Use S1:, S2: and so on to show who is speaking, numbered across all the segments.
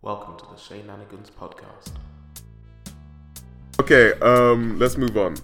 S1: Welcome to the Shane Nanigans podcast.
S2: Okay, um, let's move on.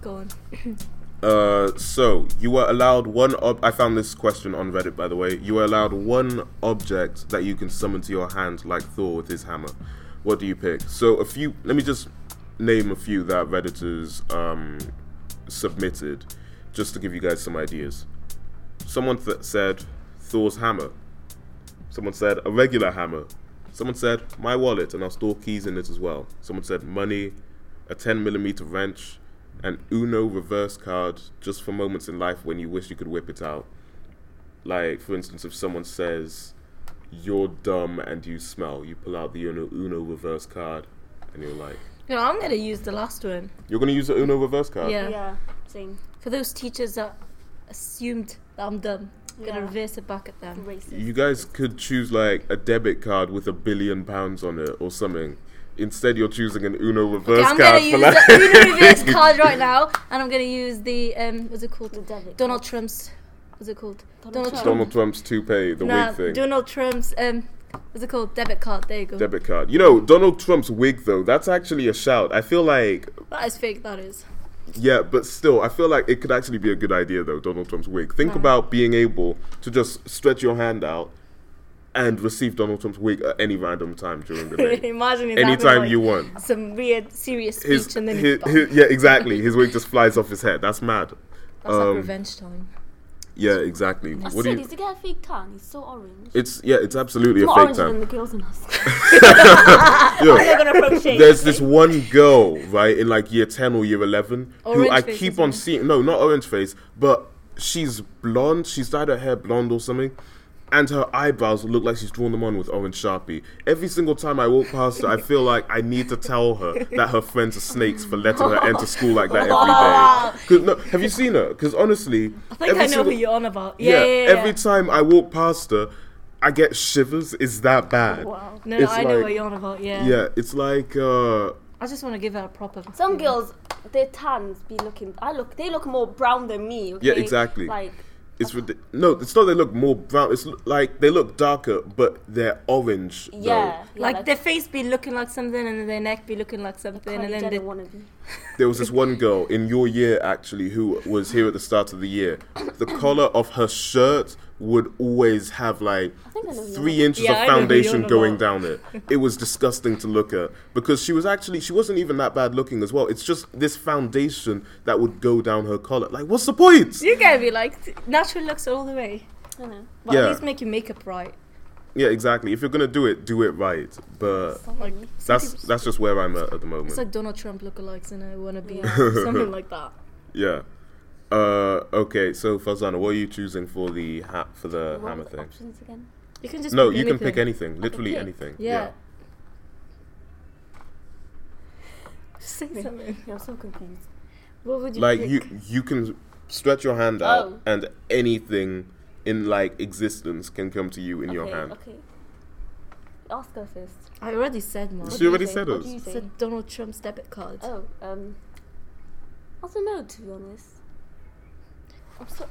S3: Go on.
S2: Uh, so you were allowed one. Ob- I found this question on Reddit, by the way. You were allowed one object that you can summon to your hand, like Thor with his hammer. What do you pick? So a few. Let me just name a few that redditors um, submitted, just to give you guys some ideas. Someone th- said Thor's hammer. Someone said a regular hammer. Someone said my wallet, and I'll store keys in it as well. Someone said money, a 10 millimeter wrench, an Uno reverse card, just for moments in life when you wish you could whip it out. Like, for instance, if someone says, You're dumb and you smell, you pull out the Uno, Uno reverse card, and you're like,
S3: No, I'm gonna use the last one.
S2: You're going to use the Uno reverse card?
S3: Yeah.
S4: Yeah, same.
S3: For those teachers that assumed that I'm dumb, I'm gonna
S4: Yeah.
S3: reverse it back at them.
S4: Racist.
S2: You guys could choose, like, a debit card with a billion pounds on it or something. Instead, you're choosing an Uno reverse
S3: Yeah, I'm gonna
S2: card.
S3: use
S2: for like-
S3: the Uno reverse card right now, and I'm gonna use the um, what's it called?
S4: The debit
S3: Donald Trump's. What's it called?
S4: Donald Trump.
S2: Donald Trump's toupee, the
S3: Nah,
S2: wig thing.
S3: Donald Trump's um, what's it called? Debit card. There you go.
S2: debit card. You know, Donald Trump's wig, though, that's actually a shout. I feel like
S3: that is fake. That is.
S2: Yeah, but still, I feel like it could actually be a good idea, though, Donald Trump's wig. Think about being able to just stretch your hand out and receive Donald Trump's wig at any random time during the day.
S3: Imagine if that happened,
S2: Anytime
S3: like,
S2: you want.
S3: Some weird serious speech,
S2: His,
S3: and then
S2: his-
S3: it's gone.
S2: his- yeah, exactly. His wig just flies off his head. That's mad.
S3: that's
S2: um,
S3: like revenge time.
S2: Yeah, exactly.
S4: I
S2: What do
S4: said,
S2: you?
S4: he's a guy fake tan. He's so orange.
S2: It's yeah, it's absolutely a
S4: More
S2: fake
S4: orange
S2: tan.
S4: than the girls in us.
S2: Yo,
S3: gonna approach Shane.
S2: there's this one girl right in like year 10 or year 11
S3: Orange
S2: who i
S3: face,
S2: keep
S3: isn't
S2: on
S3: it?
S2: seeing no not orange face but she's blonde she's dyed her hair blonde or something and her eyebrows look like she's drawn them on with orange sharpie every single time i walk past her i feel like i need to tell her that her friends are snakes for letting her enter school like that every day 'Cause, no, have you seen her because honestly
S3: I think I know
S2: single-
S3: who you're on about. Yeah,
S2: yeah,
S3: yeah, yeah, yeah.
S2: every time i walk past her i get shivers it's that bad
S4: wow.
S3: No, no
S2: It's
S3: I know what
S2: like-
S3: you're on about. Yeah.
S2: yeah it's like uh
S3: I just want to give her a proper.
S4: Some girls, their tans be looking. I look. They look more brown than me. Okay?
S2: Yeah, exactly.
S4: Like
S2: It's ridic- no, it's not. They look more brown. It's l- like they look darker, but they're orange. though.
S4: yeah, yeah
S3: like their face be looking like something, and their neck be looking like something, and then
S4: they
S3: they,
S4: want to be.
S2: There was this one girl in your year actually who was here at the start of the year. The collar of her shirt would always have like
S4: think I know who
S2: three
S4: you're-
S2: inches
S3: Yeah, I
S2: of
S3: know who
S2: foundation
S3: you're
S2: going
S3: about.
S2: down it. It was disgusting to look at because she was actually she wasn't even that bad looking as well. It's just this foundation that would go down her collar. Like, what's the point?
S3: you gotta be like t- natural looks all the way.
S4: I don't know.
S3: But
S2: Yeah.
S3: at least make your makeup right.
S2: Yeah, exactly. If you're gonna do it, do it right. But
S3: Like
S4: Mm-hmm.
S2: that's that's just where I'm at at the moment.
S3: it's like Donald Trump lookalikes, and I wanna be
S4: Yeah.
S3: something like that.
S2: Yeah. Uh, okay, so Fazana, what are you choosing for the ha- for the
S4: What
S2: hammer
S4: was the
S2: thing?
S4: options again?
S3: You can just
S2: No,
S3: pick
S2: you can pick
S3: anything.
S2: anything, literally
S4: pick?
S2: anything.
S3: Yeah. Say something.
S4: You're so confused.
S3: What would you
S2: Like
S3: pick?
S2: you you can stretch your hand out
S4: Oh.
S2: and anything in like existence can come to you in your
S4: okay,
S2: hand.
S4: okay. Ask her first.
S3: I already said mine.
S4: What
S2: She
S4: do you
S2: already
S4: think?
S2: said
S4: What
S2: us.
S4: do you
S3: I
S4: think?
S3: said Donald Trump's debit card.
S4: Oh, um, I don't know to be honest. I'm so.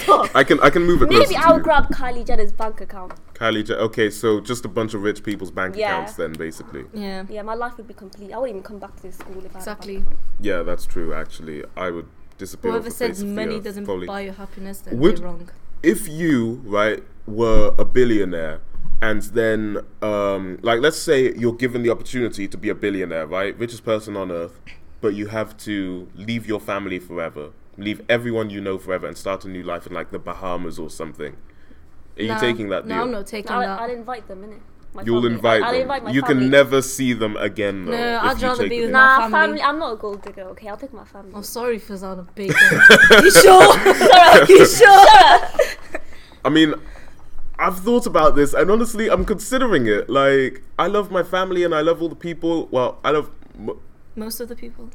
S4: Stop.
S2: I can I can move it
S4: Maybe
S2: closer to
S4: I'll
S2: you.
S4: grab Kylie Jenner's bank account.
S2: Kylie J- Okay, so just a bunch of rich people's bank
S4: Yeah.
S2: accounts then basically.
S3: Yeah.
S4: Yeah, my life would be complete. I wouldn't even come back to this school if I
S3: Exactly.
S4: had a bank
S2: Yeah, that's true actually. I would disappear.
S3: Whoever
S2: off the face
S3: says
S2: of the
S3: money
S2: earth,
S3: doesn't
S2: probably.
S3: buy you happiness, then
S2: Would-
S3: they're wrong.
S2: if you right were a billionaire and then um like let's say you're given the opportunity to be a billionaire right richest person on earth but you have to leave your family forever leave everyone you know forever and start a new life in like the bahamas or something are you
S3: Nah,
S2: taking that deal
S3: No, I'm not taking
S4: account.
S3: that.
S4: I'll, I'll invite them innit? My
S2: you'll
S4: family.
S2: invite
S4: I'll
S2: them
S4: invite my
S2: you
S4: family.
S2: can never see them again though,
S3: No,
S2: if
S3: I'd
S2: you
S3: rather
S2: take
S3: be
S2: the
S3: with
S2: deal.
S3: my
S4: Nah,
S3: family.
S4: family. I'm not a gold digger. Okay, I'll take my family.
S3: I'm sorry, Fazana Big. you sure? Sarah, you sure?
S2: I mean, I've thought about this, and honestly, I'm considering it. Like, I love my family, and I love all the people. Well, I love. m-
S3: Most of the people.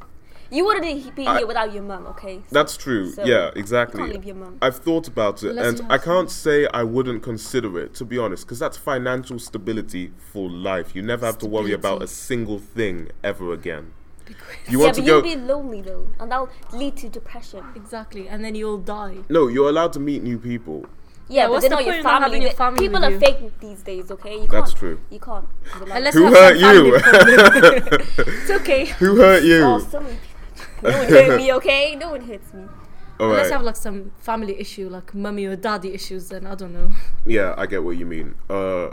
S4: you wouldn't be
S2: I-
S4: here without your mum, okay? So
S2: That's true.
S4: So,
S2: yeah,
S4: you can't
S2: exactly.
S4: leave your mum.
S2: I've thought about it,
S3: Unless you
S2: and
S3: have
S2: I can't say I wouldn't consider it, to be honest, because that's financial stability for life. You never have to worry about a single thing ever again. You
S4: yeah,
S2: want
S4: but
S2: to go.
S4: you'll be lonely though, and that'll lead to depression.
S3: Exactly, and then you'll die.
S2: No, you're allowed to meet new people.
S4: Yeah, but
S3: what's
S4: then
S3: the
S4: all your
S3: point in not
S4: family,
S3: having your family
S4: people
S3: with
S4: are
S3: you?
S4: fake these days. Okay, you
S2: That's
S4: can't,
S2: true.
S4: You can't. Rely-
S3: Unless
S2: Who
S3: you have
S2: hurt
S3: some family
S2: you?
S3: problem. it's okay.
S2: Who hurt
S4: oh,
S2: you?
S4: silly. No one hurt me. Okay, no one hurts me.
S2: All
S3: Unless you
S2: right.
S3: have like some family issue, like mummy or daddy issues, then I don't know.
S2: Yeah, I get what you mean. Uh,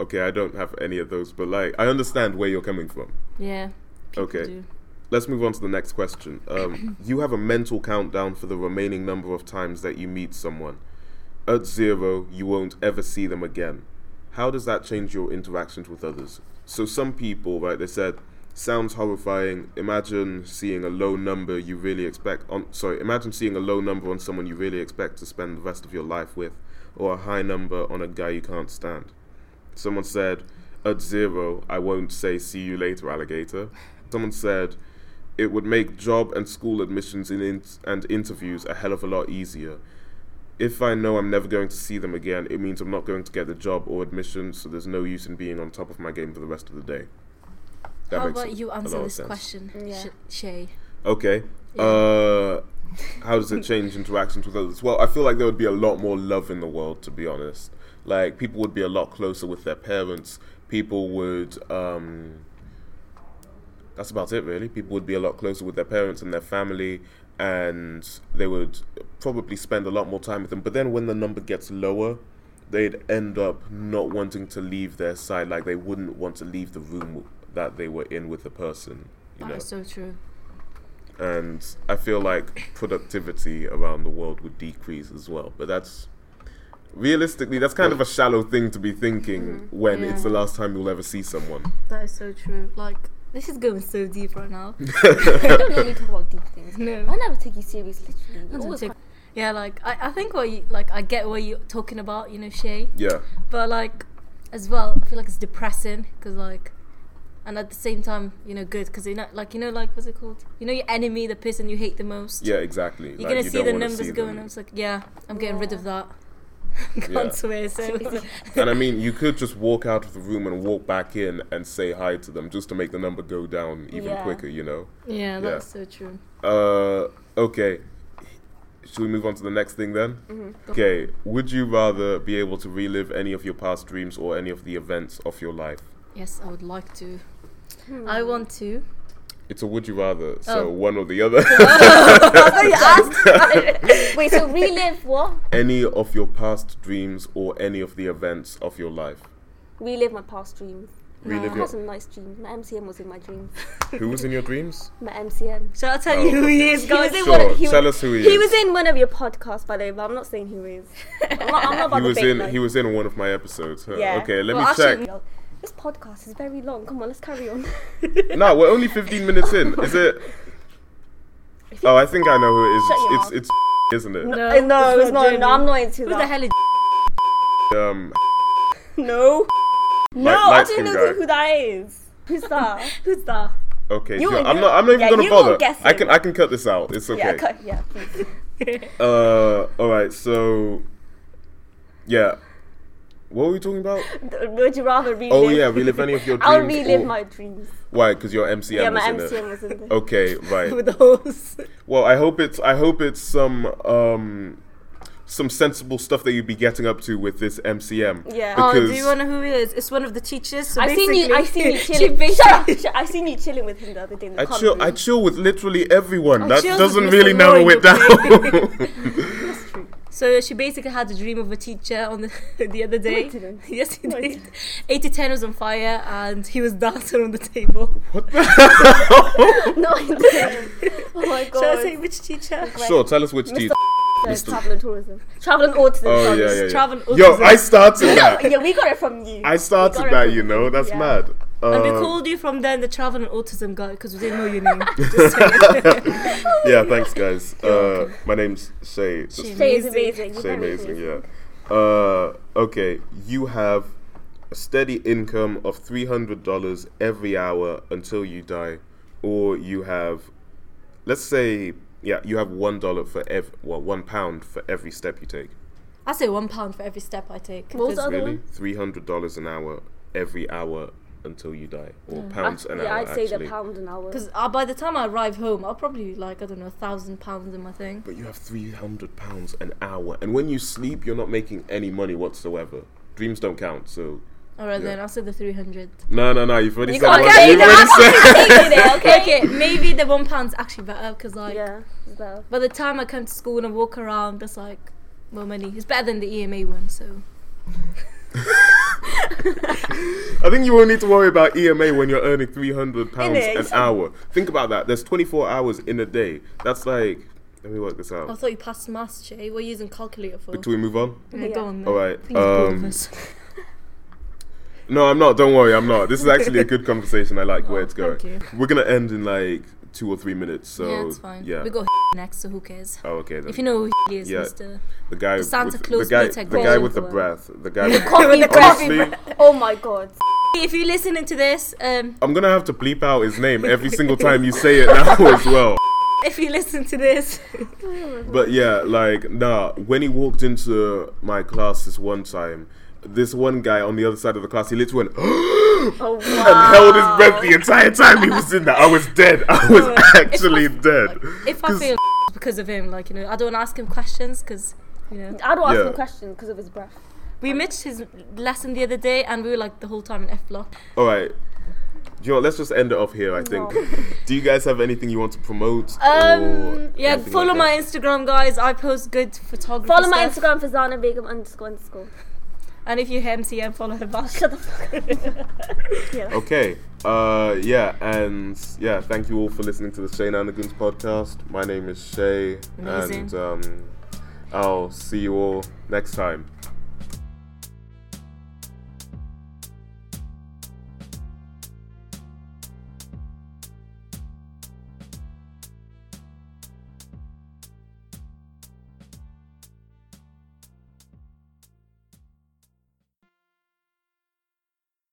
S2: okay, I don't have any of those, but like, I understand where you're coming from.
S3: Yeah. people
S2: Okay.
S3: do.
S2: Let's move on to the next question. Um, you have a mental countdown for the remaining number of times that you meet someone. At zero, you won't ever see them again. How does that change your interactions with others? So, some people, right, they said, sounds horrifying. Imagine seeing a low number you really expect on, sorry, imagine seeing a low number on someone you really expect to spend the rest of your life with, or a high number on a guy you can't stand. Someone said, at zero, I won't say see you later, alligator. Someone said, it would make job and school admissions and, in- and interviews a hell of a lot easier. If I know I'm never going to see them again, it means I'm not going to get the job or admission, so there's no use in being on top of my game for the rest of the day. That
S3: How
S2: makes
S3: about you
S2: a lot
S3: answer
S2: of
S3: this
S2: sense.
S3: question,
S4: Yeah.
S3: Sh- Shay?
S2: Okay. Uh, how does it change interactions with others? Well, I feel like there would be a lot more love in the world, to be honest. Like people would be a lot closer with their parents. People would. Um, that's about it, really. People would be a lot closer with their parents and their family, and they would probably spend a lot more time with them. But then, when the number gets lower, they'd end up not wanting to leave their side. Like they wouldn't want to leave the room that they were in with the person. You
S3: That
S2: know
S3: is so true.
S2: and I feel like productivity around the world would decrease as well. But that's realistically, that's kind of a shallow thing to be thinking when
S3: Mm-hmm. Yeah.
S2: it's the last time you'll ever see someone.
S3: That is so true. Like, this is going so deep right now.
S4: I don't really talk about deep things.
S3: No.
S4: I never take you serious, literally.
S3: I
S4: We
S3: don't
S4: always
S3: take- yeah, like I, I think what you like I get what you're talking about, you know, Shay.
S2: Yeah,
S3: But like, as well, I feel like it's depressing because like, and at the same time, you know, good because you know, like you know, like what's it called? You know, your enemy, the person you hate the most.
S2: yeah, exactly.
S3: You're gonna see the numbers going. up.
S2: up.
S3: It's like, yeah, I'm getting rid of that. Can't
S2: Yeah.
S3: swear. So
S2: and I mean, you could just walk out of the room and walk back in and say hi to them just to make the number go down even
S4: Yeah.
S2: quicker. You know.
S3: yeah, that's
S2: Yeah.
S3: so true.
S2: Uh, okay. Should we move on to the next thing then?
S3: Mm-hmm.
S2: Okay. Would you rather be able to relive any of your past dreams or any of the events of your life?
S3: Yes, I would like to. I want to.
S2: It's a would you rather, so
S3: Oh.
S2: one or the other.
S4: Wait, so relive what?
S2: any of your past dreams or any of the events of your life.
S4: Relive my past dreams.
S2: Relive
S4: I had
S2: your.
S4: some nice dreams. My MCM was in my dreams.
S2: Who was in your dreams?
S4: My MCM.
S3: Shall I tell
S2: Oh,
S3: you who he is, guys?
S4: was in
S2: Sure,
S4: one of- he
S2: tell
S4: was-
S2: us who he,
S4: He
S2: is.
S4: was in one of your podcasts, by the way, but I'm not saying who is. I'm not, I'm not about
S2: he
S4: the
S2: was
S4: fake
S2: in.
S4: life.
S2: He was in one of my episodes. huh?
S4: Yeah.
S2: Okay, let
S3: Well,
S2: me
S3: actually-
S2: check.
S4: Yo, This podcast is very long. Come on, let's carry on.
S2: no, we're only 15 minutes in. Is it? Oh, I think I know who it is.
S4: Shut your
S2: It's
S4: mouth.
S2: it's, it's isn't it?
S3: No,
S4: Uh, no, it's not.
S3: Jamie.
S4: No, I'm not into
S3: Who
S4: that.
S3: the hell is?
S2: Um,
S4: No. No,
S2: Light-
S4: I don't
S2: light-skinned
S4: know
S2: guy.
S4: who that is. Who's that?
S3: Who's that?
S2: okay,
S4: You
S2: sure.
S4: were-
S2: I'm
S4: you-
S2: not. I'm not even
S4: yeah,
S2: gonna
S4: you were
S2: bother. I
S4: guessing.
S2: can I can cut this out. It's okay.
S4: Yeah, cut. Yeah, please.
S2: Uh, all right. So, yeah, what were we talking about?
S4: D- Would you rather relive?
S2: Oh yeah, relive any of your dreams.
S4: I'll relive
S2: or-
S4: my dreams.
S2: Why? Because your MCM
S4: Yeah, my
S2: was in
S4: MCM
S2: it.
S4: was in there.
S2: Okay, right.
S3: With the horse.
S2: Well, I hope it's I hope it's some um some sensible stuff that you'd be getting up to with this MCM.
S4: Yeah.
S3: Oh,
S2: Because
S3: do you want to know who it is? It's one of the teachers. So
S4: I seen you. I
S3: basically-
S4: seen you
S3: she
S4: chilling. Shut up! Shut- I seen you chilling with him the other day. In the
S2: I
S4: common
S2: chill.
S4: room.
S2: I chill with literally everyone. that
S3: chills
S2: doesn't
S3: with
S2: really
S3: Mr.
S2: narrow
S3: Lloyd,
S2: it down.
S3: So she basically had a dream of a teacher on the, the other day.
S4: didn't.
S3: Yes, he
S4: No, I
S3: did. Eight to ten was on fire, and he was dancing on the table.
S4: no, I didn't. Oh my god.
S3: Shall I say which teacher?
S2: sure, tell us which teacher.
S4: Says travel and tourism. Travel and autism.
S2: Oh
S4: sorry.
S2: yeah, yeah,
S3: travel
S2: yeah. Yo,
S3: autism.
S2: I started that.
S4: Yeah, we got it from you.
S2: I started
S4: We got
S2: that.
S4: it from
S2: You know, that's
S4: yeah.
S2: mad.
S3: And we
S2: Um,
S3: called you from then the travel and autism guy because we didn't know your name. Just saying.
S2: yeah, thanks, guys. Uh, my name's Shay. Just
S3: Shay.
S4: Shay is
S3: Amazing.
S4: amazing. You're
S2: Shay
S4: very
S2: Amazing, yeah. Uh, okay, you have a steady income of $300 every hour until you die, or you have, let's say, yeah, you have $1 for every, well, one pound for every step you take.
S3: I say one pound for every step I take.
S4: What was the
S3: because-
S4: other
S2: Really?
S4: one?
S2: $300 an hour every hour until you die, or
S3: Yeah.
S2: pounds an
S4: Mm. yeah,
S2: hour.
S4: I'd say
S2: actually.
S4: the pound an hour.
S3: Because uh, by the time I arrive home, I'll probably like I don't know, thousand pounds in my thing.
S2: But you have three hundred pounds an hour, and when you sleep, you're not making any money whatsoever. Dreams don't count. So
S3: All right,
S2: Yeah.
S3: then I'll say the three hundred.
S2: no, no, no. You've already
S3: You
S2: said
S3: can't
S2: one.
S3: get
S2: You've
S3: it
S2: already said.
S3: okay, okay, okay, maybe the one pound's actually better because like
S4: yeah, it's better.
S3: by the time I come to school and I walk around, that's like more money. It's better than the EMA one, so
S2: I think you won't need to worry about EMA when you're earning three hundred pounds
S3: Innit?
S2: an hour. Think about that. There's twenty four hours in a day. That's like. Let me work this
S3: I
S2: out.
S3: thought you passed maths, Jay. What are you using calculator for?
S2: Do we move on?
S3: Yeah, Go on,
S2: All
S3: then.
S2: right.
S3: He's bored of
S2: Um,
S3: us.
S2: no, I'm not. Don't worry, I'm not. This is actually a good conversation. I like where
S3: Oh,
S2: it's going.
S3: thank
S2: We're gonna end in like two or three minutes. So
S3: yeah, it's fine.
S2: yeah.
S3: We got next, so who cares?
S2: Oh, okay. Then.
S3: If you know who he is,
S2: Yeah.
S3: Mister.
S2: the guy,
S3: the Santa
S2: with,
S3: Claus
S2: the guy,
S3: meter
S2: the guy
S3: goal.
S2: with the breath, the guy with
S4: Coffee
S3: the
S4: breath.
S2: honestly,
S4: Oh my god.
S3: If you're listening to this, um,
S2: I'm gonna have to bleep out his name every single time you say it now as well.
S3: if you listen to this,
S2: But yeah, like nah. When he walked into my class this one time, this one guy on the other side of the class, he literally went
S4: Oh
S2: and
S4: wow.
S2: held his breath the entire time he was in there. I was dead. I was actually dead.
S3: if I
S2: 'Cause-
S3: feel because of him, like you know, I don't ask him questions because you know
S4: I don't ask
S2: Yeah.
S4: him questions because of his breath.
S3: we missed his lesson the other day and we were like the whole time in F block.
S2: All right. Do you know, what, let's just end it off here. I think. Do you guys have anything you want to promote? or
S3: Um, yeah,
S2: anything
S3: follow
S2: like that?
S3: my Instagram, guys. I post good photography.
S4: Follow my
S3: stuff.
S4: Instagram for Zana Begum underscore underscore.
S3: and if you hear MCM, follow her back.
S4: Shut the fuck up.
S2: Okay. Uh, yeah, and yeah, thank you all for listening to the Shay Nanigans podcast. My name is Shay, and
S3: Amazing.
S2: um, I'll see you all next time.